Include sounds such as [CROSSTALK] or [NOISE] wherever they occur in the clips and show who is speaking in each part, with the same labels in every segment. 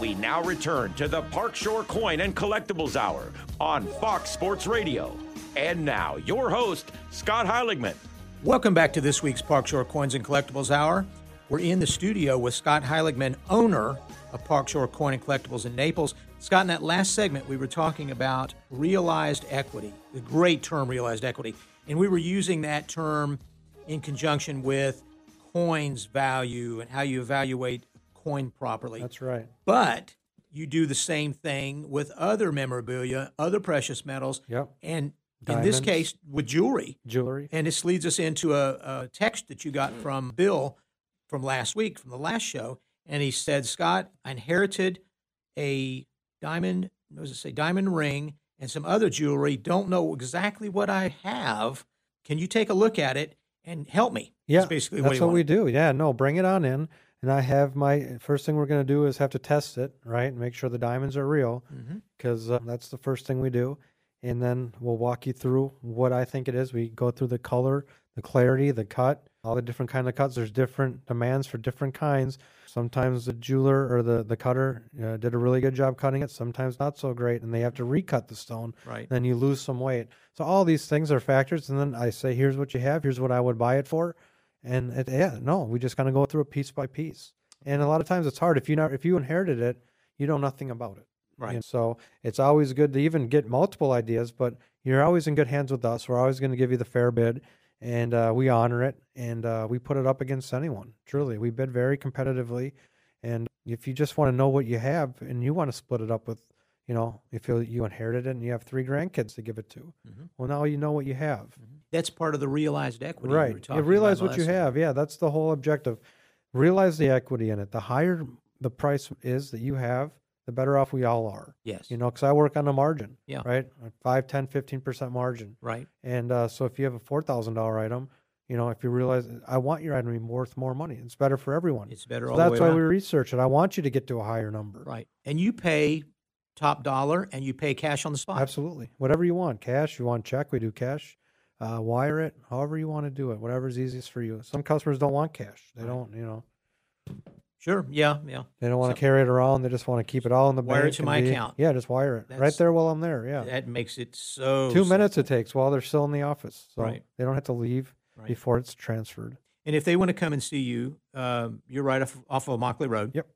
Speaker 1: We now return to the Park Shore Coin and Collectibles Hour on Fox Sports Radio. And now, your host, Scott Heiligman.
Speaker 2: Welcome back to this week's Park Shore Coins and Collectibles Hour. We're in the studio with Scott Heiligman, owner of Park Shore Coin and Collectibles in Naples. Scott, in that last segment, we were talking about realized equity, the great term realized equity. And we were using that term in conjunction with coins value and how you evaluate a coin properly.
Speaker 3: That's right.
Speaker 2: But you do the same thing with other memorabilia, other precious metals,
Speaker 3: Yep.
Speaker 2: and in this
Speaker 3: Diamonds.
Speaker 2: case, with jewelry.
Speaker 3: Jewelry.
Speaker 2: And this leads us into a, a text that you got from Bill from last week, from the last show. And he said, Scott, I inherited a diamond, what does it say, diamond ring and some other jewelry. Don't know exactly what I have. Can you take a look at it and help me?
Speaker 3: Yeah,
Speaker 2: That's basically
Speaker 3: that's
Speaker 2: what,
Speaker 3: what, we do. Yeah, no, bring it on in. And I have my first thing we're going to do is have to test it, right? and Make sure the diamonds are real,
Speaker 2: Mm-hmm.
Speaker 3: because uh, that's the first thing we do. And then we'll walk you through what I think it is. We go through the color, the clarity, the cut, all the different kind of cuts. There's different demands for different kinds. Sometimes the jeweler or the the cutter uh, did a really good job cutting it. Sometimes not so great, and they have to recut the stone.
Speaker 2: Right.
Speaker 3: Then you lose some weight. So all these things are factors. And then I say, here's what you have. Here's what I would buy it for. And it, yeah, no, we just kind of go through it piece by piece. And a lot of times it's hard if you not if you inherited it, you know nothing about it.
Speaker 2: Right.
Speaker 3: And so it's always good to even get multiple ideas, but you're always in good hands with us. We're always going to give you the fair bid, and uh, we honor it, and uh, we put it up against anyone. Truly, we bid very competitively, and if you just want to know what you have and you want to split it up with, you know, if you, you inherited it and you have three grandkids to give it to, well, now you know what you have.
Speaker 2: That's part of the realized equity. We were
Speaker 3: Right.
Speaker 2: talking
Speaker 3: You realize
Speaker 2: about
Speaker 3: what you
Speaker 2: last-
Speaker 3: have. Yeah, that's the whole objective. Realize the equity in it. The higher the price is that you have, the better off we all are.
Speaker 2: Yes.
Speaker 3: You know, because I work on a margin.
Speaker 2: Yeah.
Speaker 3: Right? A 5, 10, 15% margin.
Speaker 2: Right.
Speaker 3: And uh, so if you have a $4,000 item, you know, if you realize I want your item to be worth more money, it's better for everyone.
Speaker 2: It's better
Speaker 3: So
Speaker 2: all the
Speaker 3: that's
Speaker 2: way
Speaker 3: why
Speaker 2: around.
Speaker 3: we research it. I want you to get to a higher number.
Speaker 2: Right. And you pay top dollar and you pay cash on the spot.
Speaker 3: Absolutely. Whatever you want, cash, you want check, we do cash. Uh, wire it, however you want to do it, whatever's easiest for you. Some customers don't want cash. They don't, you know,
Speaker 2: Sure. Yeah. Yeah.
Speaker 3: they don't want to carry it around. They just want to keep it all in the
Speaker 2: Wire it
Speaker 3: bank
Speaker 2: to
Speaker 3: and
Speaker 2: my
Speaker 3: be-
Speaker 2: account.
Speaker 3: Yeah, just wire it right
Speaker 2: That's-
Speaker 3: there while I'm there. Yeah.
Speaker 2: That makes it so
Speaker 3: Two
Speaker 2: simple.
Speaker 3: minutes it takes while they're still in the office. So
Speaker 2: Right.
Speaker 3: they don't have to leave
Speaker 2: Right.
Speaker 3: before it's transferred.
Speaker 2: And if they want to come and see you, um, you're right off, off of Mockley Road.
Speaker 3: Yep.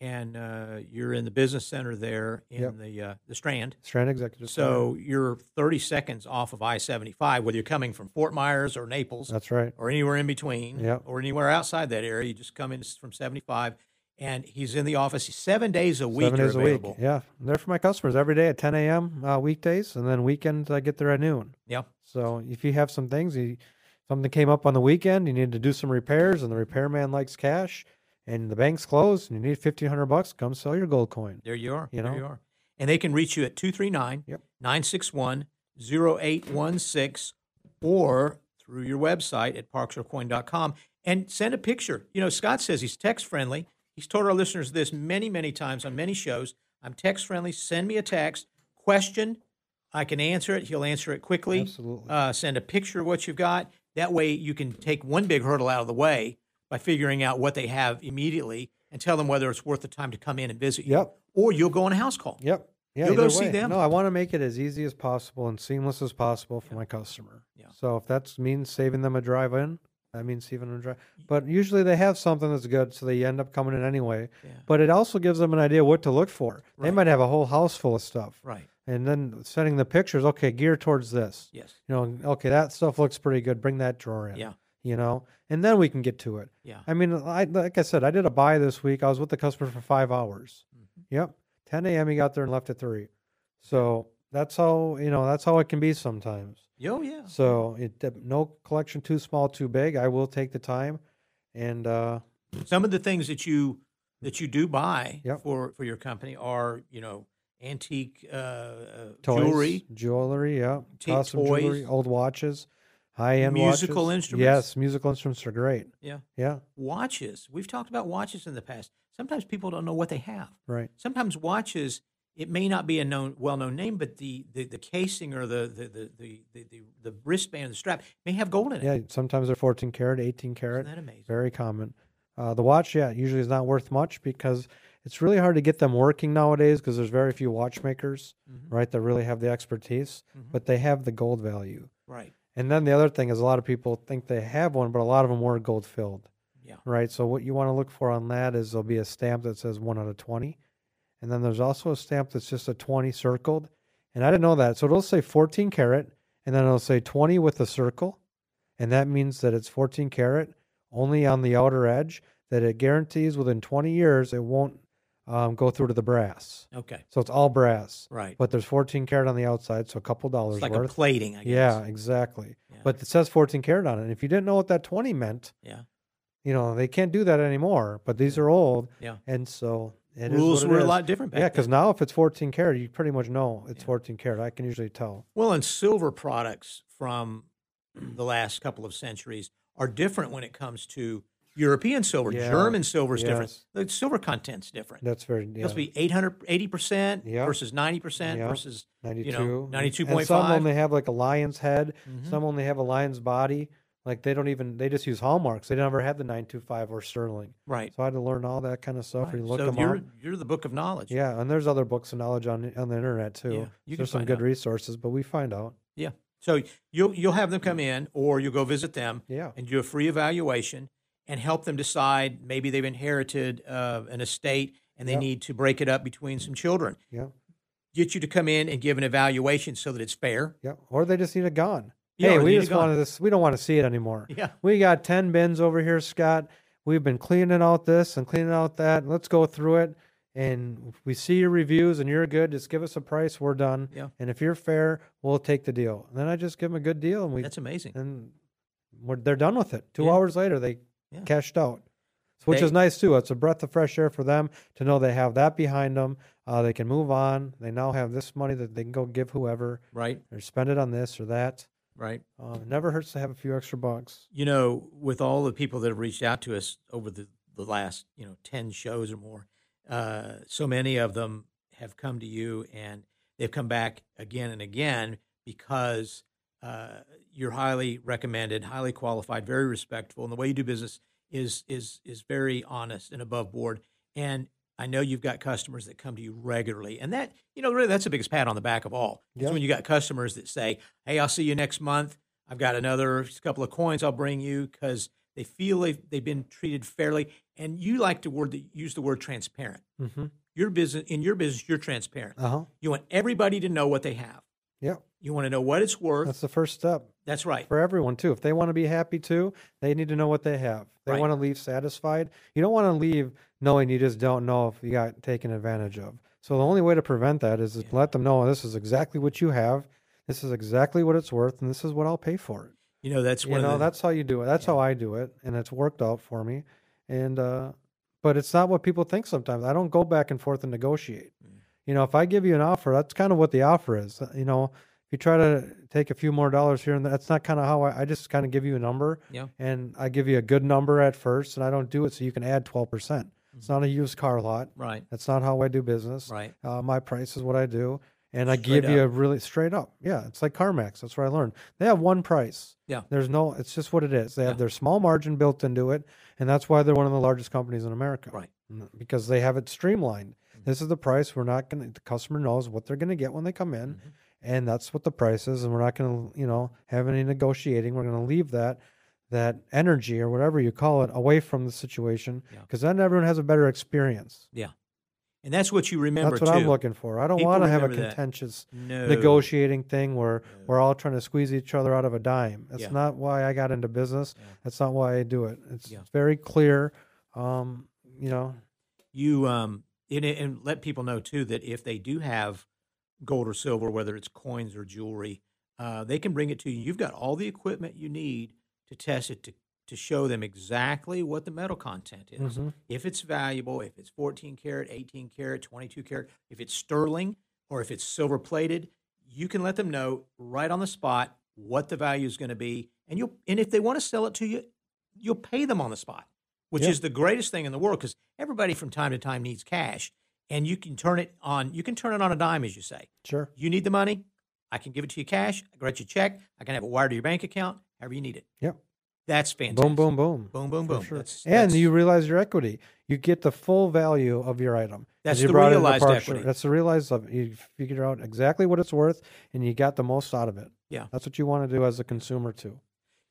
Speaker 2: And uh, you're in the business center there in
Speaker 3: Yep.
Speaker 2: the uh, the Strand.
Speaker 3: Strand Executive. Center.
Speaker 2: So you're 30 seconds off of I-75, whether you're coming from Fort Myers or Naples
Speaker 3: that's right.
Speaker 2: or anywhere in between
Speaker 3: Yep.
Speaker 2: or anywhere outside that area. You just come in from 75, and he's in the office seven days a week.
Speaker 3: Seven
Speaker 2: you're
Speaker 3: days a week.
Speaker 2: available.
Speaker 3: Yeah. And they're for my customers every day at 10 a.m. Uh, weekdays. And then weekends, I get there at noon.
Speaker 2: Yeah.
Speaker 3: So if you have some things, you, something came up on the weekend, you need to do some repairs, and the repairman likes cash, and the bank's closed, and you need fifteen hundred bucks, come sell your gold coin.
Speaker 2: There you are.
Speaker 3: You
Speaker 2: there
Speaker 3: know?
Speaker 2: you are. And they can reach you at 239
Speaker 3: Yep.
Speaker 2: 961 0816 or through your website at parksorcoin.com and send a picture. You know, Scott says he's text friendly. He's told our listeners this many, many times on many shows. I'm text friendly. Send me a text, question. I can answer it. He'll answer it quickly.
Speaker 3: Absolutely.
Speaker 2: Uh, send a picture of what you've got. That way you can take one big hurdle out of the way by figuring out what they have immediately and tell them whether it's worth the time to come in and visit you
Speaker 3: Yep.
Speaker 2: or you'll go on a house call.
Speaker 3: Yep. Yeah.
Speaker 2: You'll go
Speaker 3: either
Speaker 2: see
Speaker 3: way.
Speaker 2: them.
Speaker 3: No, I want to make it as easy as possible and seamless as possible for my customer.
Speaker 2: Yeah.
Speaker 3: So if that means saving them a drive in, that means saving them a drive. But usually they have something that's good, so they end up coming in anyway. But it also gives them an idea what to look for. They might have a whole house full of stuff.
Speaker 2: Right.
Speaker 3: And then sending the pictures, okay, gear towards this.
Speaker 2: Yes.
Speaker 3: you know, okay, that stuff looks pretty good. Bring that drawer in.
Speaker 2: Yeah.
Speaker 3: You know, and then we can get to it.
Speaker 2: Yeah.
Speaker 3: I mean, I, like I said, I did a buy this week. I was with the customer for five hours.
Speaker 2: Mm-hmm.
Speaker 3: Yep. 10 a.m. He got there and left at three. So that's how, you know, that's how it can be sometimes.
Speaker 2: Oh yeah.
Speaker 3: So it, dep- no collection too small, too big. I will take the time. And, uh,
Speaker 2: Some of the things that you that you do buy
Speaker 3: Yep.
Speaker 2: for for your company are you know antique uh, uh,
Speaker 3: toys,
Speaker 2: jewelry.
Speaker 3: jewelry, yeah,
Speaker 2: Antique
Speaker 3: custom jewelry,
Speaker 2: toys.
Speaker 3: old watches, high end
Speaker 2: Musical instruments.
Speaker 3: Yes, musical instruments are great.
Speaker 2: Yeah.
Speaker 3: Yeah,
Speaker 2: Watches. We've talked about watches in the past. Sometimes people don't know what they have.
Speaker 3: right.
Speaker 2: Sometimes watches. It may not be a known, well-known name, but the, the, the casing or the the, the, the, the the the wristband, the strap may have gold in it.
Speaker 3: Yeah, sometimes they're 14 karat, 18
Speaker 2: Isn't
Speaker 3: karat.
Speaker 2: that amazing?
Speaker 3: Very common. Uh, the watch, yeah, usually is not worth much because it's really hard to get them working nowadays because there's very few watchmakers,
Speaker 2: Mm-hmm.
Speaker 3: right, that really have the expertise, but they have the gold value.
Speaker 2: Right.
Speaker 3: And then the other thing is a lot of people think they have one, but a lot of them were gold filled.
Speaker 2: Yeah.
Speaker 3: Right. So what you want to look for on that is there'll be a stamp that says one out of twenty, and then there's also a stamp that's just a twenty circled, and I didn't know that. So it'll say fourteen carat, and then it'll say twenty with a circle, and that means that it's fourteen carat only on the outer edge. That it guarantees within twenty years it won't um, go through to the brass.
Speaker 2: Okay.
Speaker 3: So it's all brass.
Speaker 2: Right.
Speaker 3: But there's fourteen carat on the outside, so a couple dollars
Speaker 2: It's like
Speaker 3: worth.
Speaker 2: a plating, I guess.
Speaker 3: Yeah, exactly.
Speaker 2: Yeah.
Speaker 3: But it says 14 karat on it. And if you didn't know what that 20 meant,
Speaker 2: Yeah.
Speaker 3: you know, they can't do that anymore. But these are old.
Speaker 2: Yeah.
Speaker 3: And so it is
Speaker 2: Rules
Speaker 3: what it
Speaker 2: were a
Speaker 3: is.
Speaker 2: lot different back
Speaker 3: Yeah,
Speaker 2: then.
Speaker 3: because now if it's 14 karat, you pretty much know it's
Speaker 2: Yeah.
Speaker 3: 14 karat. I can usually tell.
Speaker 2: Well, and silver products from the last couple of centuries are different when it comes to European silver.
Speaker 3: Yeah.
Speaker 2: German silver is different.
Speaker 3: Yes.
Speaker 2: The silver content's different.
Speaker 3: That's very,
Speaker 2: It
Speaker 3: yeah,
Speaker 2: must be 880 percent
Speaker 3: Yeah.
Speaker 2: versus 90 percent
Speaker 3: Yeah.
Speaker 2: versus
Speaker 3: 92.
Speaker 2: you know
Speaker 3: And some
Speaker 2: 92.5.
Speaker 3: only have like a lion's head.
Speaker 2: Mm-hmm.
Speaker 3: Some only have a lion's body. Like they don't even, they just use hallmarks. They never had the 925 or sterling.
Speaker 2: right.
Speaker 3: So I had to learn all that kind of stuff.
Speaker 2: Right.
Speaker 3: You look
Speaker 2: so
Speaker 3: them
Speaker 2: you're
Speaker 3: up.
Speaker 2: you're the book of knowledge.
Speaker 3: Yeah, and there's other books and knowledge on on the internet too.
Speaker 2: Yeah, you can
Speaker 3: there's some
Speaker 2: find
Speaker 3: good
Speaker 2: out.
Speaker 3: resources, but we find out.
Speaker 2: Yeah. So you'll you'll have them come in, or you'll go visit them,
Speaker 3: Yeah.
Speaker 2: and do a free evaluation and help them decide. Maybe they've inherited uh, an estate and they
Speaker 3: Yep.
Speaker 2: need to break it up between some children.
Speaker 3: Yeah,
Speaker 2: Get you to come in and give an evaluation so that it's fair.
Speaker 3: yeah. Or they just need it gone.
Speaker 2: Yeah,
Speaker 3: hey,
Speaker 2: or they
Speaker 3: we
Speaker 2: need it
Speaker 3: just
Speaker 2: gone.
Speaker 3: wanted this. We don't want to see it anymore.
Speaker 2: Yeah.
Speaker 3: We got ten bins over here, Scott. We've been cleaning out this and cleaning out that. Let's go through it. And if we see your reviews and you're good, just give us a price. We're done.
Speaker 2: Yeah.
Speaker 3: And if you're fair, we'll take the deal. And then I just give them a good deal, and we
Speaker 2: That's amazing.
Speaker 3: and we're, they're done with it. Two
Speaker 2: Yeah.
Speaker 3: hours later, they
Speaker 2: Yeah.
Speaker 3: cashed out, So, which is
Speaker 2: They-
Speaker 3: nice too. It's a breath of fresh air for them to know they have that behind them. Uh, they can move on. They now have this money that they can go give whoever
Speaker 2: Right.
Speaker 3: or spend it on this or that.
Speaker 2: Right.
Speaker 3: Uh, it never hurts to have a few extra bucks.
Speaker 2: You know, with all the people that have reached out to us over the, the last, you know, 10 shows or more, uh, so many of them have come to you and they've come back again and again because uh, you're highly recommended, highly qualified, very respectful, and the way you do business is is is very honest and above board. And I know you've got customers that come to you regularly, and that you know really that's the biggest pat on the back of all. It's
Speaker 3: Yeah.
Speaker 2: when you got customers that say, "Hey, I'll see you next month. I've got another couple of coins I'll bring you," because they feel they've they've been treated fairly. And you like to word the, use the word transparent.
Speaker 3: Mm-hmm.
Speaker 2: Your business in your business, you're transparent.
Speaker 3: Uh huh.
Speaker 2: You want everybody to know what they have.
Speaker 3: Yeah.
Speaker 2: You want to know what it's worth.
Speaker 3: That's the first step
Speaker 2: That's right.
Speaker 3: for everyone too. If they want to be happy too, they need to know what they have. They
Speaker 2: Right.
Speaker 3: want to leave satisfied. You don't want to leave knowing you just don't know if you got taken advantage of. So the only way to prevent that is to let them know this is exactly what you have. This is exactly what it's worth, and this is what I'll pay for it.
Speaker 2: You know, that's
Speaker 3: You
Speaker 2: one of
Speaker 3: know,
Speaker 2: the,
Speaker 3: that's how you do it. That's how I do it, and it's worked out for me. And uh, but it's not what people think sometimes. I don't go back and forth and negotiate. You know, if I give you an offer, that's kind of what the offer is. Uh, You know, if you try to take a few more dollars here and there, that's not kind of how I, I just kind of give you a number.
Speaker 2: Yeah.
Speaker 3: And I give you a good number at first, and I don't do it so you can add twelve percent. It's not a used car lot.
Speaker 2: right.
Speaker 3: That's not how I do business.
Speaker 2: Right.
Speaker 3: Uh, my price is what I do. And I
Speaker 2: Straight
Speaker 3: give you a really straight up. Yeah. It's like CarMax. That's what I learned. They have one price.
Speaker 2: Yeah.
Speaker 3: There's no, it's just what it is. They have their small margin built into it. And that's why they're one of the largest companies in America.
Speaker 2: Right. Mm-hmm.
Speaker 3: Mm, Because they have it streamlined. This is the price. We're not going to, the customer knows what they're going to get when they come in.
Speaker 2: Mm-hmm.
Speaker 3: And that's what the price is. And we're not going to, you know, have any negotiating. We're going to leave that. That energy or whatever you call it away from the situation
Speaker 2: Yeah.
Speaker 3: because then everyone has a better experience.
Speaker 2: Yeah. And that's what you remember
Speaker 3: That's what
Speaker 2: too.
Speaker 3: I'm looking for. I don't
Speaker 2: People
Speaker 3: want to have a
Speaker 2: remember that.
Speaker 3: contentious
Speaker 2: No.
Speaker 3: negotiating thing where we're all trying to squeeze each other out of a dime. That's
Speaker 2: Yeah.
Speaker 3: not why I got into business. That's not why I do it. It's
Speaker 2: Yeah.
Speaker 3: very clear. Um, you know,
Speaker 2: You um and, and let people know too that if they do have gold or silver, whether it's coins or jewelry, uh, they can bring it to you. You've got all the equipment you need to test it to to show them exactly what the metal content is. If it's valuable, if it's 14 karat, 18 karat, 22 karat, if it's sterling or if it's silver plated, you can let them know right on the spot what the value is going to be and you'll and if they want to sell it to you, you'll pay them on the spot, which
Speaker 3: Yeah.
Speaker 2: is the greatest thing in the world because everybody from time to time needs cash, and you can turn it on. You can turn it on a dime, as you say.
Speaker 3: sure.
Speaker 2: You need the money, I can give it to you cash. I can write you a check. I can have it wired to your bank account, however you need it.
Speaker 3: Yep.
Speaker 2: That's fantastic.
Speaker 3: Boom, boom, boom.
Speaker 2: boom, boom,
Speaker 3: For
Speaker 2: boom.
Speaker 3: sure.
Speaker 2: That's,
Speaker 3: and
Speaker 2: that's-
Speaker 3: you realize your equity. You get the full value of your item. 'Cause
Speaker 2: That's
Speaker 3: you
Speaker 2: the
Speaker 3: brought it into
Speaker 2: realized
Speaker 3: partial-
Speaker 2: equity.
Speaker 3: That's the realized of it. You figure out exactly what it's worth, and you got the most out of it.
Speaker 2: Yeah.
Speaker 3: that's what you want to do as a consumer too.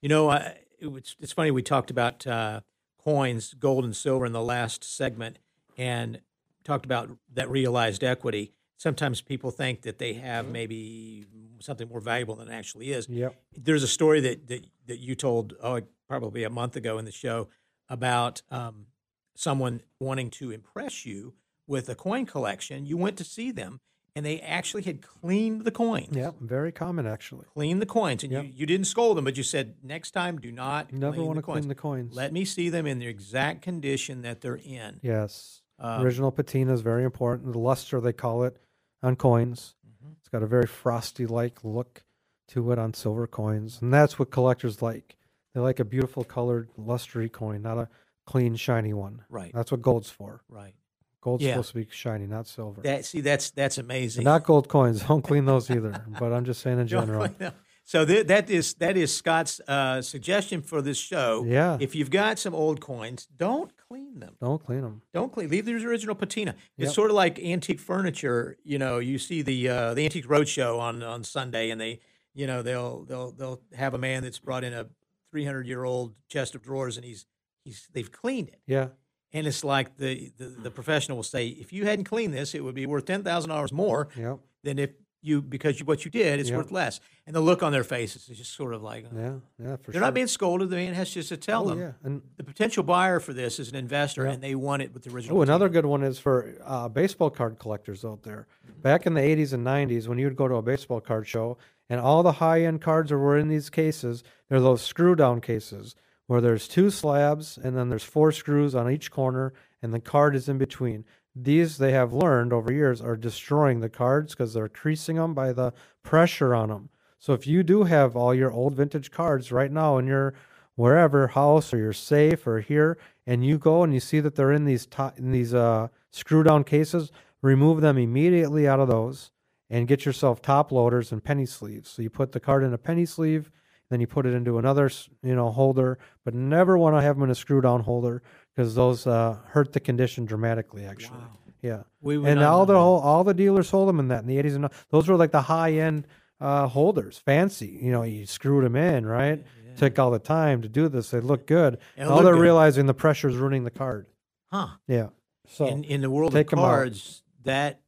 Speaker 2: You know, uh, it was, it's funny we talked about uh, coins, gold and silver in the last segment, and talked about that realized equity. Sometimes people think that they have
Speaker 3: Mm-hmm.
Speaker 2: maybe something more valuable than it actually is.
Speaker 3: Yep.
Speaker 2: There's a story that that, that you told oh, probably a month ago in the show about um, someone wanting to impress you with a coin collection. You went to see them, and they actually had cleaned the coins
Speaker 3: Yeah, very common actually.
Speaker 2: clean the coins. And
Speaker 3: Yep.
Speaker 2: you, you didn't scold them, but you said, next time, do not
Speaker 3: Never
Speaker 2: clean
Speaker 3: want
Speaker 2: the
Speaker 3: to
Speaker 2: coins.
Speaker 3: clean the coins.
Speaker 2: Let me see them in the exact condition that they're in.
Speaker 3: yes,
Speaker 2: Um,
Speaker 3: original patina is very important. The luster they call it on coins.
Speaker 2: Mm-hmm.
Speaker 3: It's got a very frosty like look to it on silver coins, and that's what collectors like. They like a beautiful colored, lustery coin, not a clean, shiny one.
Speaker 2: Right,
Speaker 3: That's what gold's for.
Speaker 2: right.
Speaker 3: Gold's
Speaker 2: Yeah.
Speaker 3: supposed to be shiny, not silver.
Speaker 2: That see, that's that's amazing.
Speaker 3: And not gold coins. [LAUGHS] Don't clean those either. but I'm
Speaker 2: [LAUGHS]
Speaker 3: just saying in
Speaker 2: No,
Speaker 3: general.
Speaker 2: no. So th- that is that is Scott's uh, suggestion for this show.
Speaker 3: Yeah.
Speaker 2: If you've got some old coins, don't clean them.
Speaker 3: Don't clean them.
Speaker 2: Don't clean. Leave the original patina. It's
Speaker 3: Yep.
Speaker 2: sort of like antique furniture. You know, you see the uh, the antique roadshow on on Sunday, and they, you know, they'll they'll they'll have a man that's brought in a three hundred year old chest of drawers, and he's he's they've cleaned it,
Speaker 3: Yeah.
Speaker 2: and it's like the the, the professional will say, if you hadn't cleaned this, it would be worth ten thousand dollars more
Speaker 3: Yep.
Speaker 2: than if you because you, what you did, it's
Speaker 3: Yep.
Speaker 2: worth less. And the look on their faces is just sort of like uh, they're
Speaker 3: Yeah. Yeah. For sure.
Speaker 2: not being scolded. The man has just to tell
Speaker 3: oh,
Speaker 2: them.
Speaker 3: Yeah. And
Speaker 2: The potential buyer for this is an investor, and they want it with the original.
Speaker 3: oh,
Speaker 2: patina.
Speaker 3: another good one is for uh, baseball card collectors out there. Back in the 80s and 90s, when you would go to a baseball card show and all the high end cards that were in these cases, they're those screw down cases where there's two slabs and then there's four screws on each corner and the card is in between. These they have learned over years are destroying the cards because they're creasing them by the pressure on them. So if you do have all your old vintage cards right now in your wherever house or your safe or here, and you go and you see that they're in these to- in these uh, screw down cases, remove them immediately out of those and get yourself top loaders and penny sleeves. So you put the card in a penny sleeve, then you put it into another s- you know holder, but never want to have them in a screw down holder because those uh, hurt the condition dramatically. Actually, yeah.
Speaker 2: We would
Speaker 3: and
Speaker 2: not
Speaker 3: all
Speaker 2: know
Speaker 3: the
Speaker 2: that.
Speaker 3: whole, all the dealers sold them in that in the eighties and those were like the high end uh, holders, fancy. You know, you screwed them in, right? Took all the time to do this. They look good.
Speaker 2: And uh, it
Speaker 3: now
Speaker 2: looked
Speaker 3: they're
Speaker 2: good.
Speaker 3: realizing the pressure's ruining the card.
Speaker 2: huh?
Speaker 3: Yeah. So
Speaker 2: in, in the world of
Speaker 3: take 'em out.
Speaker 2: cards, that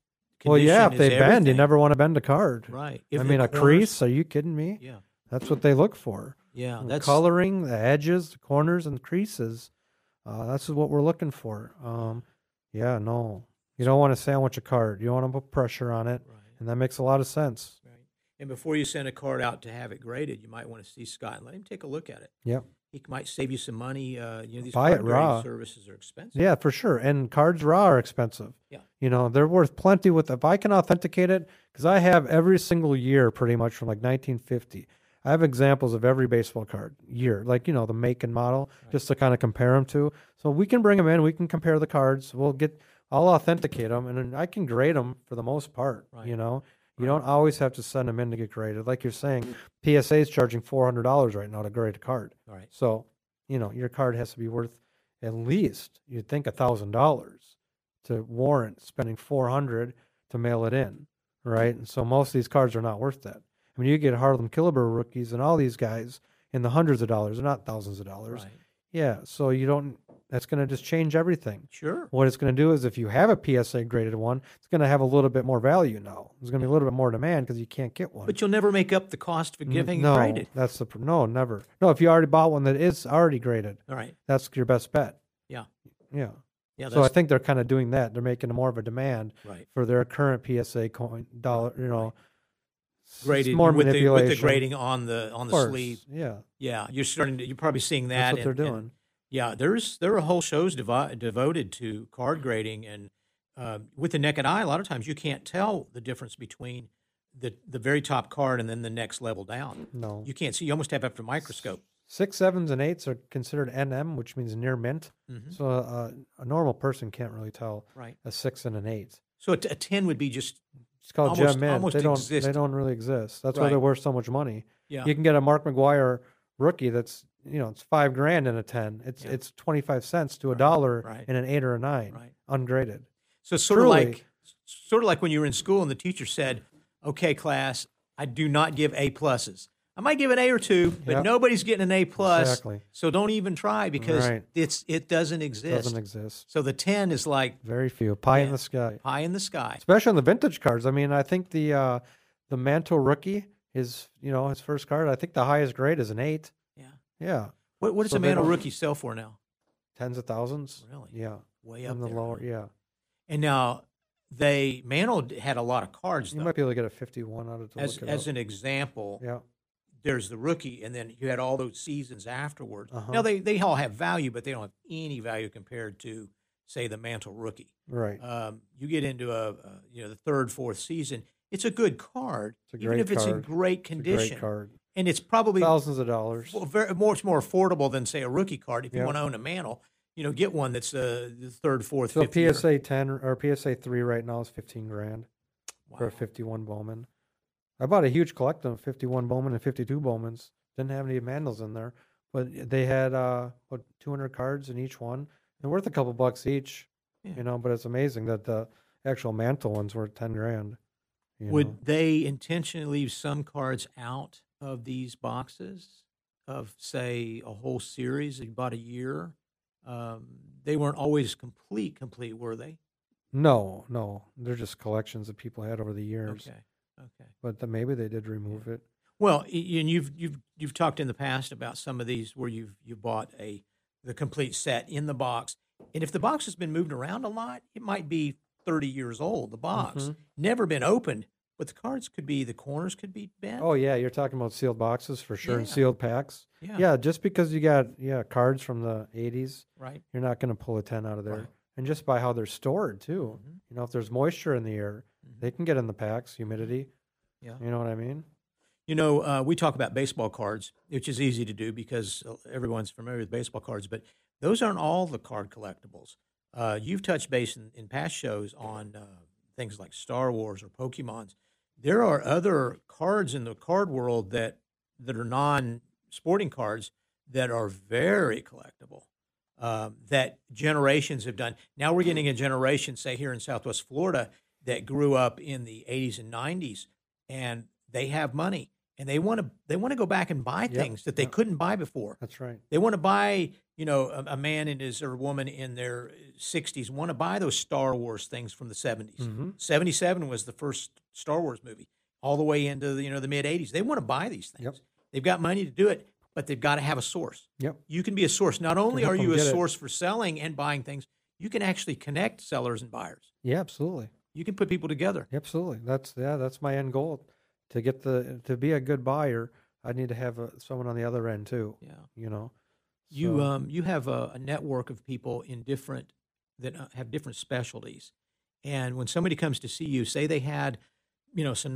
Speaker 3: well, yeah.
Speaker 2: condition
Speaker 3: If
Speaker 2: is
Speaker 3: they bend, you
Speaker 2: everything.
Speaker 3: never want to bend a card.
Speaker 2: right.
Speaker 3: I
Speaker 2: the
Speaker 3: mean, a
Speaker 2: corners-
Speaker 3: crease? Are you kidding me?
Speaker 2: Yeah,
Speaker 3: That's what they look for.
Speaker 2: yeah.
Speaker 3: The
Speaker 2: That's
Speaker 3: coloring, the edges, the corners, and creases. Uh, that's what we're looking for. Um, yeah, no, you don't want to sandwich a card. You want to put pressure on it,
Speaker 2: Right.
Speaker 3: and that makes a lot of sense.
Speaker 2: Right. And before you send a card out to have it graded, you might want to see Scott and let him take a look at it.
Speaker 3: Yep.
Speaker 2: He might save you some money. Uh, you know, these
Speaker 3: Buy it
Speaker 2: card grading
Speaker 3: raw.
Speaker 2: services are expensive.
Speaker 3: Yeah, for sure. And cards raw are expensive.
Speaker 2: Yeah.
Speaker 3: You know, they're worth plenty with if I can authenticate it cuz I have every single year pretty much from like 1950. I have examples of every baseball card year, like you know, the make and model just to kind of compare them to. So we can bring them in, we can compare the cards. We'll get I'll authenticate them and then I can grade them for the most part, you know. You don't always have to send them in to get graded. Like you're saying, PSA is charging $400 right now to grade a card.
Speaker 2: All right.
Speaker 3: So, you know, your card has to be worth at least you'd think a thousand dollars to warrant spending four hundred to mail it in, right? And so most of these cards are not worth that. I mean, you get Harlem Killeber rookies and all these guys in the hundreds of dollars, they're not thousands of dollars.
Speaker 2: Right.
Speaker 3: Yeah, so you don't. That's going to just change everything.
Speaker 2: Sure.
Speaker 3: What it's going to do is if you have a PSA graded one, it's going to have a little bit more value now. There's going to be a little bit more demand because you can't get one.
Speaker 2: But you'll never make up the cost for
Speaker 3: N-
Speaker 2: giving
Speaker 3: no,
Speaker 2: it graded.
Speaker 3: that's the pr- no, never. No, if you already bought one that is already graded,
Speaker 2: All right.
Speaker 3: that's your best bet.
Speaker 2: Yeah.
Speaker 3: Yeah.
Speaker 2: Yeah.
Speaker 3: so I
Speaker 2: That's
Speaker 3: think they're kind of doing that. They're making more of a demand
Speaker 2: right.
Speaker 3: for their current PSA coin dollar. You know, s- it's
Speaker 2: Graded
Speaker 3: more
Speaker 2: with, the, with
Speaker 3: manipulation.
Speaker 2: the grading on the on
Speaker 3: Of
Speaker 2: the
Speaker 3: course.
Speaker 2: sleeve.
Speaker 3: Yeah,
Speaker 2: Yeah, you're starting. To, you're probably seeing that.
Speaker 3: that's what they're
Speaker 2: and- and-
Speaker 3: doing.
Speaker 2: Yeah, there's there are whole shows devi- devoted to card grading, and uh, with the naked eye, a lot of times you can't tell the difference between the the very top card and then the next level down.
Speaker 3: no,
Speaker 2: You can't see. You almost have after microscope.
Speaker 3: six sevens and eights are considered NM, which means near mint.
Speaker 2: Mm-hmm.
Speaker 3: So uh, a normal person can't really tell
Speaker 2: Right.
Speaker 3: a six and an eight.
Speaker 2: So a, t- a ten would be just
Speaker 3: It's called
Speaker 2: Almost-
Speaker 3: gem mint.
Speaker 2: almost
Speaker 3: they don't. They
Speaker 2: existent.
Speaker 3: don't really exist. That's why
Speaker 2: Right.
Speaker 3: they're worth so much money.
Speaker 2: yeah.
Speaker 3: You can get a Mark McGuire rookie that's you know, it's five grand in a 10. It's
Speaker 2: Yeah.
Speaker 3: it's 25 cents to a dollar
Speaker 2: right.
Speaker 3: in an eight or a nine,
Speaker 2: Right.
Speaker 3: ungraded.
Speaker 2: So sort
Speaker 3: Truly.
Speaker 2: of like sort of like when you were in school and the teacher said, "Okay, class, I do not give A pluses. I might give an A or two, but
Speaker 3: Yep.
Speaker 2: nobody's getting an A plus.
Speaker 3: Exactly.
Speaker 2: So don't even try because
Speaker 3: Right.
Speaker 2: it's it doesn't exist.
Speaker 3: doesn't exist.
Speaker 2: So the ten is like
Speaker 3: Very few. Pie in the sky.
Speaker 2: pie in the sky.
Speaker 3: Especially on the vintage cards. I mean, I think the uh the Mantle rookie, his you know, his first card, I think the highest grade is an eight.
Speaker 2: Yeah.
Speaker 3: Yeah.
Speaker 2: What what does
Speaker 3: So
Speaker 2: a
Speaker 3: they
Speaker 2: man or
Speaker 3: don't-
Speaker 2: rookie sell for now?
Speaker 3: Tens of thousands.
Speaker 2: Really?
Speaker 3: Yeah.
Speaker 2: Way up
Speaker 3: on the
Speaker 2: there.
Speaker 3: lower yeah.
Speaker 2: And now they Mantle d- had a lot of cards
Speaker 3: You
Speaker 2: though.
Speaker 3: might be able to get a fifty one out of to
Speaker 2: as
Speaker 3: look it
Speaker 2: as
Speaker 3: up.
Speaker 2: an example,
Speaker 3: yeah.
Speaker 2: there's the rookie, and then you had all those seasons afterwards.
Speaker 3: Uh-huh.
Speaker 2: Now they they all have value, but they don't have any value compared to say the Mantle rookie.
Speaker 3: Right.
Speaker 2: Um, you get into a, a you know the third fourth season, it's a good card,
Speaker 3: It's a
Speaker 2: even
Speaker 3: great
Speaker 2: if it's in
Speaker 3: card.
Speaker 2: great
Speaker 3: It's a
Speaker 2: condition,
Speaker 3: great card.
Speaker 2: and it's probably
Speaker 3: Thousands of dollars.
Speaker 2: well, very, more it's more affordable than say a rookie card. If you
Speaker 3: Yeah.
Speaker 2: want to own a Mantle, you know get one that's uh, the third fourth
Speaker 3: So
Speaker 2: fifth year.
Speaker 3: PSA ten or PSA three right now is fifteen grand for a
Speaker 2: Wow.
Speaker 3: fifty one Bowman. I bought a huge collection of fifty one Bowman and fifty two Bowmans. Didn't have any Mandels in there, but they had uh what two hundred cards in each one. They're worth a couple bucks each,
Speaker 2: Yeah.
Speaker 3: you know. But it's amazing that the actual mantle ones were ten grand. you
Speaker 2: Would
Speaker 3: know.
Speaker 2: they intentionally leave some cards out of these boxes of, say, a whole series, about a year? Um, they weren't always complete, complete, were they?
Speaker 3: no, no, they're just collections that people had over the years.
Speaker 2: Okay, okay.
Speaker 3: But the, maybe they did remove it.
Speaker 2: Well, y- y- and you've you've you've talked in the past about some of these where you've you bought a the complete set in the box, and if the box has been moved around a lot, it might be thirty years old. The box
Speaker 3: Mhm.
Speaker 2: never been opened, but the cards could be the corners could be bent.
Speaker 3: Oh yeah, you're talking about sealed boxes for sure and
Speaker 2: Yeah.
Speaker 3: sealed packs.
Speaker 2: Yeah.
Speaker 3: yeah, just because you got yeah cards from the '80s,
Speaker 2: right.
Speaker 3: you're not going to pull a 10 out of there.
Speaker 2: Right.
Speaker 3: And just by how they're stored, too.
Speaker 2: Mhm.
Speaker 3: You know, if there's moisture in the air, they can get in the packs, humidity.
Speaker 2: Mm-hmm. Yeah.
Speaker 3: You know what I mean?
Speaker 2: You know, uh, we talk about baseball cards, which is easy to do because everyone's familiar with baseball cards, but those aren't all the card collectibles. Uh, you've touched base in, in past shows on uh, things like Star Wars or Pokemon's. There are other cards in the card world that that are non-sporting cards that are very collectible. Um, that generations have done. Now we're getting a generation, say here in Southwest Florida, that grew up in the 80s and 90s, and they have money and they want to they want to go back and buy things that they
Speaker 3: yep.
Speaker 2: couldn't buy before.
Speaker 3: That's right.
Speaker 2: They want to buy, you know, a, a man and his or a woman in their 60s want to buy those Star Wars things from the 70s.
Speaker 3: Mhm.
Speaker 2: 77 was the first Star Wars movie, all the way into the, you know the mid 80s. They want to buy these things.
Speaker 3: Yep.
Speaker 2: They've got money to do it, but they've got to have a source.
Speaker 3: Yep.
Speaker 2: You can be a source. Not only
Speaker 3: help
Speaker 2: are
Speaker 3: them
Speaker 2: you a
Speaker 3: get it.
Speaker 2: source for selling and buying things, you can actually connect sellers and buyers.
Speaker 3: Yeah, absolutely.
Speaker 2: You can put people together.
Speaker 3: Absolutely. That's yeah, that's my end goal. To get the to be a good buyer, I need to have a, someone on the other end too,
Speaker 2: Yeah.
Speaker 3: you know.
Speaker 2: You
Speaker 3: So-
Speaker 2: um you have a, a network of people in different that uh, have different specialties, and when somebody comes to see you, say they had, you know, some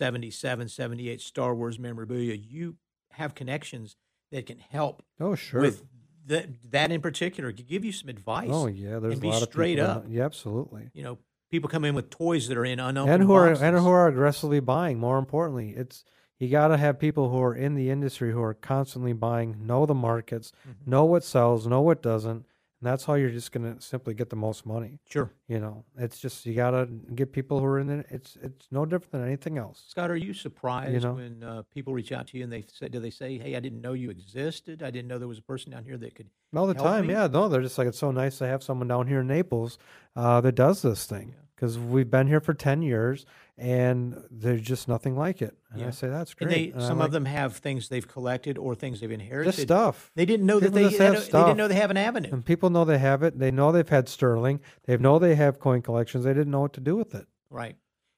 Speaker 2: 1977, 78 Star Wars memorabilia, you have connections that can help
Speaker 3: Oh, sure.
Speaker 2: with that that in particular, could give you some advice.
Speaker 3: oh, yeah, there's
Speaker 2: and
Speaker 3: a
Speaker 2: be
Speaker 3: lot of
Speaker 2: straight
Speaker 3: people in
Speaker 2: up.
Speaker 3: the- Yeah, absolutely.
Speaker 2: You know, people come in with toys that are in unopened
Speaker 3: and who are
Speaker 2: boxes.
Speaker 3: and who are aggressively buying. More importantly, it's you got to have people who are in the industry who are constantly buying, know the markets,
Speaker 2: Mm-hmm.
Speaker 3: know what sells, know what doesn't, and that's how you're just gonna simply get the most money.
Speaker 2: sure.
Speaker 3: You know, it's just you gotta get people who are in it. It's it's no different than anything else.
Speaker 2: Scott, are you surprised
Speaker 3: know?
Speaker 2: when uh, people reach out to you and they say, do they say, "Hey, I didn't know you existed. I didn't know there was a person down here that could."
Speaker 3: All the
Speaker 2: Help
Speaker 3: time,
Speaker 2: me.
Speaker 3: yeah. No, they're just like it's so nice to have someone down here in Naples uh, that does this thing because we've been here for ten years and there's just nothing like it. And
Speaker 2: Yeah.
Speaker 3: I say that's
Speaker 2: And they,
Speaker 3: great. and I
Speaker 2: some
Speaker 3: like
Speaker 2: of them have things they've collected or things they've inherited.
Speaker 3: just stuff.
Speaker 2: They didn't know that
Speaker 3: People
Speaker 2: they,
Speaker 3: just
Speaker 2: they, don't-
Speaker 3: have
Speaker 2: they didn't
Speaker 3: stuff. Hmm.
Speaker 2: know they have an avenue.
Speaker 3: And people know they have it. They know they've had Sterling. They know they have coin collections. They didn't know what to do with it.
Speaker 2: Right.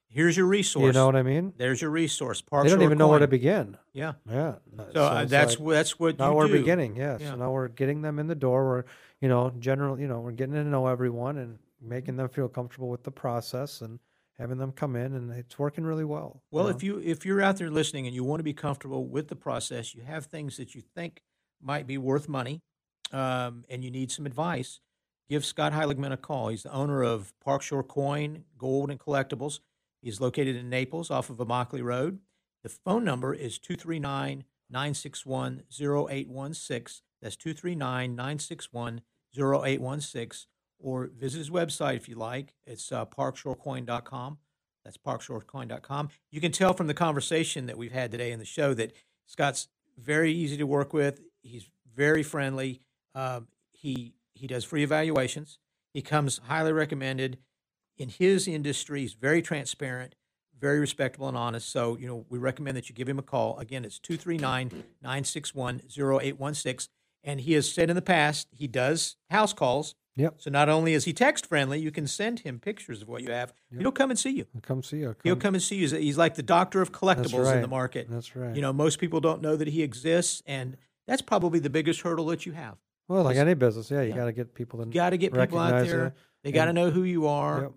Speaker 2: Here's your resource.
Speaker 3: You know what I mean?
Speaker 2: There's your resource. Park
Speaker 3: they don't
Speaker 2: Shore
Speaker 3: even know where to
Speaker 2: Coin.
Speaker 3: begin.
Speaker 2: Yeah.
Speaker 3: Yeah.
Speaker 2: So, uh,
Speaker 3: it's
Speaker 2: that's
Speaker 3: like,
Speaker 2: wh- that's what
Speaker 3: now
Speaker 2: you
Speaker 3: we're
Speaker 2: do.
Speaker 3: beginning. Yes.
Speaker 2: Yeah.
Speaker 3: So now we're getting them in the door. We're you know general. You know we're getting to know everyone and making them feel comfortable with the process and having them come in and it's working really well.
Speaker 2: Well,
Speaker 3: you know?
Speaker 2: if you if you're out there listening and you want to be comfortable with the process, you have things that you think might be worth money, um, and you need some advice, give Scott Heiligman a call. He's the owner of Park Shore Coin Gold and Collectibles. He's located in Naples off of Immokalee Road. The phone number is 239 961 0816. That's 239 961 0816. Or visit his website if you like. It's uh, parkshorecoin.com. That's parkshorecoin.com. You can tell from the conversation that we've had today in the show that Scott's very easy to work with. He's very friendly. Um, he he does free evaluations. He comes highly recommended in his industry. He's very transparent, very respectable and honest. So, you know, we recommend that you give him a call. Again, it's 239-961-0816. And he has said in the past he does house calls.
Speaker 3: Yep.
Speaker 2: So not only is he text friendly, you can send him pictures of what you have. He'll come and see you.
Speaker 3: I'll come see you. I'll
Speaker 2: He'll
Speaker 3: come-
Speaker 2: come and see you. He's- He's like the doctor of collectibles in the
Speaker 3: right.
Speaker 2: market.
Speaker 3: That's right.
Speaker 2: You know, most people don't know that he exists, and that's probably the biggest hurdle that you have.
Speaker 3: well, like any business, yeah, you got to get people to
Speaker 2: You got to get people out
Speaker 3: recognize
Speaker 2: there.
Speaker 3: it.
Speaker 2: They got to know who you are,
Speaker 3: Yep.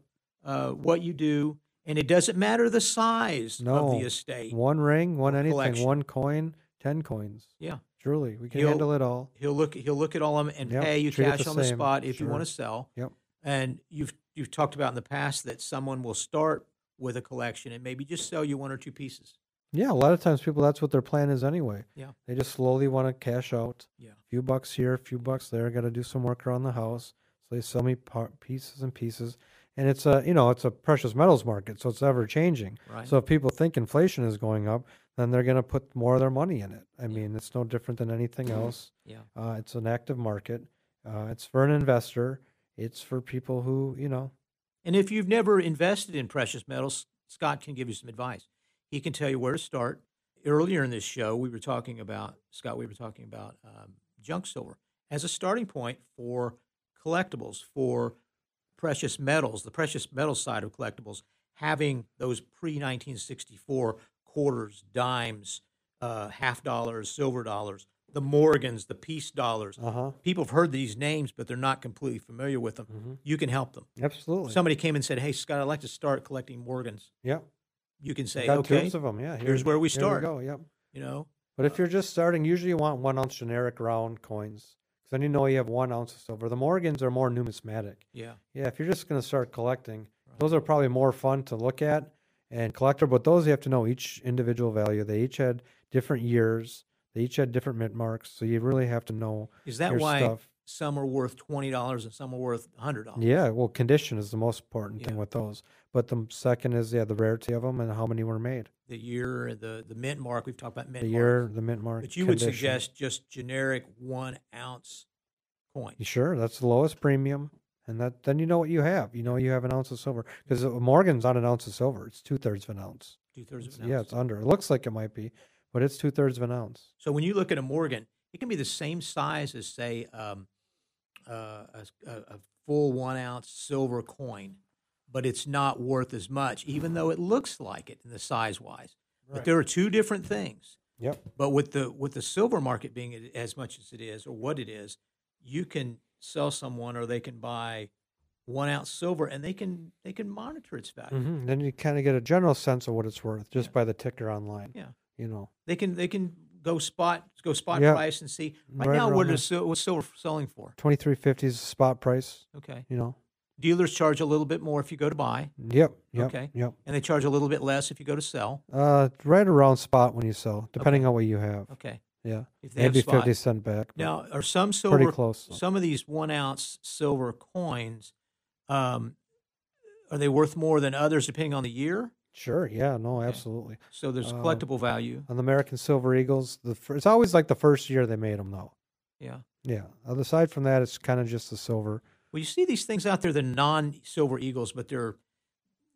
Speaker 2: uh, what you do, and it doesn't matter the size
Speaker 3: No,
Speaker 2: of the estate.
Speaker 3: one ring, one anything,
Speaker 2: collection.
Speaker 3: one coin, ten coins.
Speaker 2: Yeah,
Speaker 3: Truly, we can
Speaker 2: He'll-
Speaker 3: handle it all.
Speaker 2: he'll look. He'll look at all of them and
Speaker 3: Yep,
Speaker 2: pay you
Speaker 3: treat it
Speaker 2: cash
Speaker 3: the
Speaker 2: on the
Speaker 3: same.
Speaker 2: spot if you
Speaker 3: Sure.
Speaker 2: want to sell.
Speaker 3: Yep.
Speaker 2: And you've you've talked about in the past that someone will start with a collection and maybe just sell you one or two pieces.
Speaker 3: Yeah, a lot of times people that's what their plan is anyway.
Speaker 2: Yeah.
Speaker 3: They just slowly want to cash out.
Speaker 2: Yeah.
Speaker 3: Few bucks here, few bucks there. Got to do some work around the house. So they sell me part, pieces and pieces, and it's a you know it's a precious metals market, so it's ever changing.
Speaker 2: Right.
Speaker 3: So if people think inflation is going up, then they're going to put more of their money in it. I mean, it's no different than
Speaker 2: [CLEARS THROAT]
Speaker 3: anything else.
Speaker 2: Yeah.
Speaker 3: Uh, it's an active market. Uh, it's for an investor. It's for people who you know
Speaker 2: And if you've never invested in precious metals, Scott can give you some advice. He can tell you where to start. Earlier in this show, we were talking about, Scott, we were talking about um, junk silver as a starting point for collectibles, for precious metals, the precious metal side of collectibles, having those pre 1964 quarters, dimes, uh, half dollars, silver dollars, the Morgans, the peace dollars.
Speaker 3: Uh-huh.
Speaker 2: People have heard these names, but they're not completely familiar with them. You can help them
Speaker 3: absolutely.
Speaker 2: somebody came and said, "Hey, Scott, I'd like to start collecting Morgans."
Speaker 3: yeah.
Speaker 2: You can say,
Speaker 3: Got
Speaker 2: "Okay,
Speaker 3: tubes of them. Yeah.
Speaker 2: here's where we
Speaker 3: here
Speaker 2: start.
Speaker 3: go. Yep.
Speaker 2: you know,
Speaker 3: But if you're just starting, usually you want one ounce generic round coins. 'cause then you know you have one ounce of silver. The Morgans are more numismatic.
Speaker 2: yeah,
Speaker 3: Yeah, if you're just going to start collecting, those are probably more fun to look at and collector. But those you have to know each individual value. They each had different years. They each had different mint marks. So you really have to know.
Speaker 2: is that
Speaker 3: your
Speaker 2: why
Speaker 3: Stuff.
Speaker 2: some are worth twenty dollars and some are worth hundred dollars?"
Speaker 3: Yeah. Well, condition is the most important thing
Speaker 2: Yeah.
Speaker 3: with those. But the second is yeah the rarity of them and how many were made.
Speaker 2: The year, the the mint mark. We've talked about mint
Speaker 3: The
Speaker 2: marks.
Speaker 3: year, the mint mark.
Speaker 2: but you would
Speaker 3: condition.
Speaker 2: suggest just generic one ounce coin.
Speaker 3: You Sure, that's the lowest premium, and that then you know what you have. You know you have an ounce of silver because Morgan's not an ounce of silver; it's two thirds of an ounce.
Speaker 2: Two thirds of
Speaker 3: It's-
Speaker 2: an ounce.
Speaker 3: Yeah, it's under. It looks like it might be, but it's two thirds of an ounce.
Speaker 2: So when you look at a Morgan, it can be the same size as, say, um, uh, a, a a full one ounce silver coin, but it's not worth as much, even though it looks like it in the size wise. But there are two different things.
Speaker 3: Yep.
Speaker 2: But with the with the silver market being it- as much as it is, or what it is, you can sell someone, or they can buy one ounce silver, and they can they can monitor its value.
Speaker 3: hmm Then you kind of get a general sense of what it's worth just by the ticker online.
Speaker 2: Yeah.
Speaker 3: You know.
Speaker 2: They can they can go spot go spot
Speaker 3: Yeah.
Speaker 2: price and see right,
Speaker 3: Right
Speaker 2: now what
Speaker 3: around
Speaker 2: is sil- what's silver selling for.
Speaker 3: Twenty three fifty is the spot price.
Speaker 2: Okay.
Speaker 3: You know,
Speaker 2: Dealers charge a little bit more if you go to buy,
Speaker 3: yep, yep,
Speaker 2: Okay.
Speaker 3: yep.
Speaker 2: and they charge a little bit less if you go to sell.
Speaker 3: Uh, right around spot when you sell, depending on what you have.
Speaker 2: Okay.
Speaker 3: Yeah,
Speaker 2: If they have
Speaker 3: maybe
Speaker 2: spot.
Speaker 3: fifty cent back. but
Speaker 2: Now, are some silver
Speaker 3: pretty close. though.
Speaker 2: some of these one ounce silver coins, um, are they worth more than others depending on the year?
Speaker 3: Sure. Yeah. No. Absolutely.
Speaker 2: So there's
Speaker 3: Uh,
Speaker 2: collectible value.
Speaker 3: on the American Silver Eagles. The fir- it's always like the first year they made them, though.
Speaker 2: Yeah.
Speaker 3: Yeah. Other side from that, it's kind of just the silver.
Speaker 2: Well, you see these things out there, the non silver eagles, but they're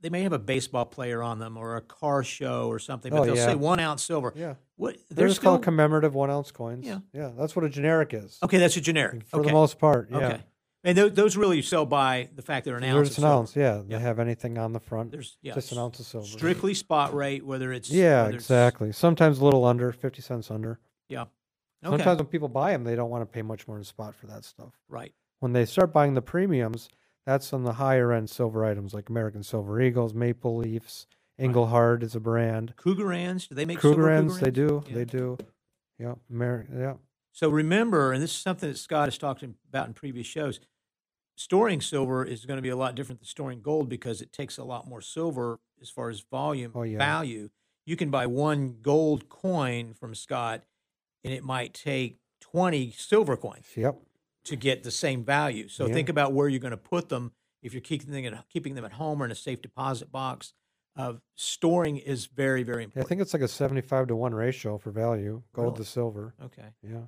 Speaker 2: they may have a baseball player on them or a car show or something, but
Speaker 3: Oh,
Speaker 2: they'll
Speaker 3: yeah.
Speaker 2: say one ounce silver.
Speaker 3: Yeah.
Speaker 2: What
Speaker 3: They're,
Speaker 2: they're,
Speaker 3: just
Speaker 2: still
Speaker 3: called commemorative one ounce coins.
Speaker 2: Yeah.
Speaker 3: Yeah. That's what a generic is
Speaker 2: okay. That's a generic.
Speaker 3: for
Speaker 2: okay.
Speaker 3: the most part. Yeah.
Speaker 2: Okay. And tho- those really sell by the fact they're an
Speaker 3: They're
Speaker 2: ounce.
Speaker 3: just
Speaker 2: of
Speaker 3: an
Speaker 2: silver.
Speaker 3: ounce. Yeah. They
Speaker 2: Yeah.
Speaker 3: have anything on the front.
Speaker 2: There's yeah,
Speaker 3: just an ounce of silver.
Speaker 2: Strictly spot rate, whether it's
Speaker 3: Yeah.
Speaker 2: whether it's-
Speaker 3: Exactly. Sometimes a little under, 50 cents under.
Speaker 2: Yeah. Okay.
Speaker 3: Sometimes when people buy them, they don't want to pay much more in spot for that stuff.
Speaker 2: right.
Speaker 3: when they start buying the premiums, that's on the higher end silver items like American Silver Eagles, Maple Leafs, Engelhard is a brand.
Speaker 2: Cougarans, do they make silver
Speaker 3: Krugerrands, they
Speaker 2: Cougarans?
Speaker 3: do,
Speaker 2: Yeah.
Speaker 3: they do. Yeah, Amer- yeah,
Speaker 2: So remember, and this is something that Scott has talked about in previous shows. Storing silver is going to be a lot different than storing gold because it takes a lot more silver as far as volume
Speaker 3: Oh, yeah.
Speaker 2: value. You can buy one gold coin from Scott and it might take 20 silver coins
Speaker 3: Yep.
Speaker 2: to get the same value. So
Speaker 3: Yeah.
Speaker 2: think about where you're going to put them. If you're keeping them at, keeping them at home or in a safe deposit box, uh, storing is very very
Speaker 3: I
Speaker 2: important.
Speaker 3: think it's like a 75 to 1 ratio for value, gold
Speaker 2: Really?
Speaker 3: to silver.
Speaker 2: okay.
Speaker 3: Yeah.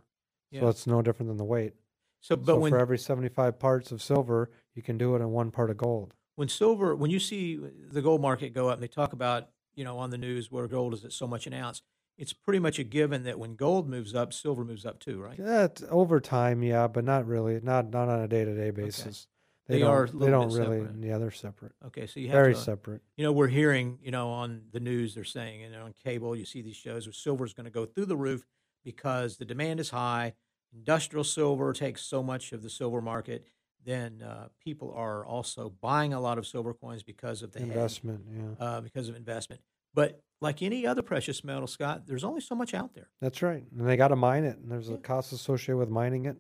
Speaker 2: Yeah.
Speaker 3: So it's no different than the weight.
Speaker 2: So, but
Speaker 3: so
Speaker 2: when
Speaker 3: for every 75 parts of silver, you can do it in one part of gold.
Speaker 2: when silver, when you see the gold market go up, and they talk about you know on the news where gold is at so much an ounce. It's pretty much a given that when gold moves up, silver moves up too, right?
Speaker 3: That over time, yeah, but not really, not not on a day to day basis.
Speaker 2: They
Speaker 3: don't-
Speaker 2: are a
Speaker 3: They
Speaker 2: little
Speaker 3: don't
Speaker 2: bit
Speaker 3: really.
Speaker 2: separate.
Speaker 3: Yeah, they're separate.
Speaker 2: Okay, so you have
Speaker 3: Very
Speaker 2: to,
Speaker 3: separate.
Speaker 2: you know, we're hearing, you know, on the news they're saying, and on cable, you see these shows where silver's going to go through the roof because the demand is high. Industrial silver takes so much of the silver market. Then uh, people are also buying a lot of silver coins because of the hedge,
Speaker 3: Investment. Yeah,
Speaker 2: uh, because of investment. But like any other precious metal, Scott, there's only so much out there.
Speaker 3: that's right. And they got to mine it, and there's a cost associated with mining it.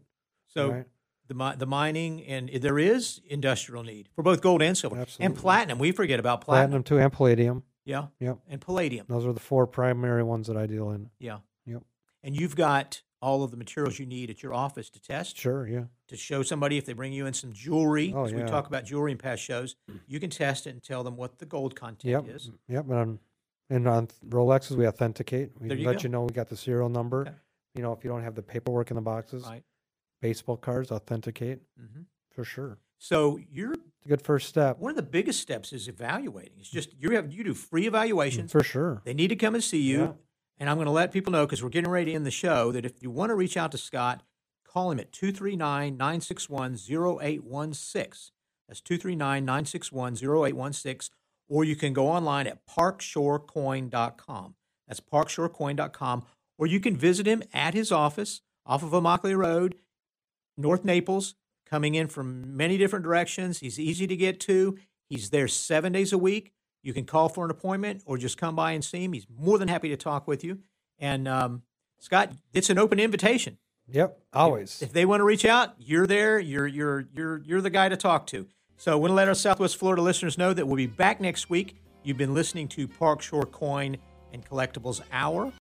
Speaker 2: So
Speaker 3: right?
Speaker 2: the mi- the mining and there is industrial need for both gold and silver and
Speaker 3: Absolutely.
Speaker 2: platinum. We forget about platinum.
Speaker 3: platinum too, and palladium.
Speaker 2: Yeah,
Speaker 3: Yep.
Speaker 2: and palladium.
Speaker 3: Those are the four primary ones that I deal in.
Speaker 2: Yeah.
Speaker 3: Yep.
Speaker 2: And you've got all of the materials you need at your office to test,
Speaker 3: Mm. Sure. Yeah.
Speaker 2: to show somebody if they bring you in some jewelry.
Speaker 3: Oh,
Speaker 2: 'cause we
Speaker 3: yeah.
Speaker 2: talk about jewelry in past shows. You can test it and tell them what the gold content
Speaker 3: Yep.
Speaker 2: is.
Speaker 3: Yep. And on, and on Rolexes, we authenticate. We
Speaker 2: There you
Speaker 3: let
Speaker 2: go.
Speaker 3: you know we got the serial number.
Speaker 2: Okay.
Speaker 3: You know, if you don't have the paperwork in the boxes,
Speaker 2: Right.
Speaker 3: baseball cards, authenticate
Speaker 2: hmm
Speaker 3: for sure.
Speaker 2: So you're
Speaker 3: It's a good first step
Speaker 2: one of the biggest steps is evaluating.
Speaker 3: Mm.
Speaker 2: It's just you have you do free evaluations.
Speaker 3: for sure.
Speaker 2: They need to come and see you.
Speaker 3: Yeah.
Speaker 2: And I'm going to let people know because we're getting ready to end the show that if you want to reach out to Scott, call him at 239 961 0816. That's 239 961 0816. Or you can go online at parkshorecoin.com. That's parkshorecoin.com. Or you can visit him at his office off of Immokalee Road, North Naples, coming in from many different directions. He's easy to get to. He's there seven days a week. You can call for an appointment or just come by and see him. He's more than happy to talk with you. And um, Scott, it's an open invitation.
Speaker 3: Yep. Always.
Speaker 2: If they want to reach out, you're there. You're you're you're you're the guy to talk to. So, want to let our Southwest Florida listeners know that we'll be back next week. You've been listening to Park Shore Coin and Collectibles Hour.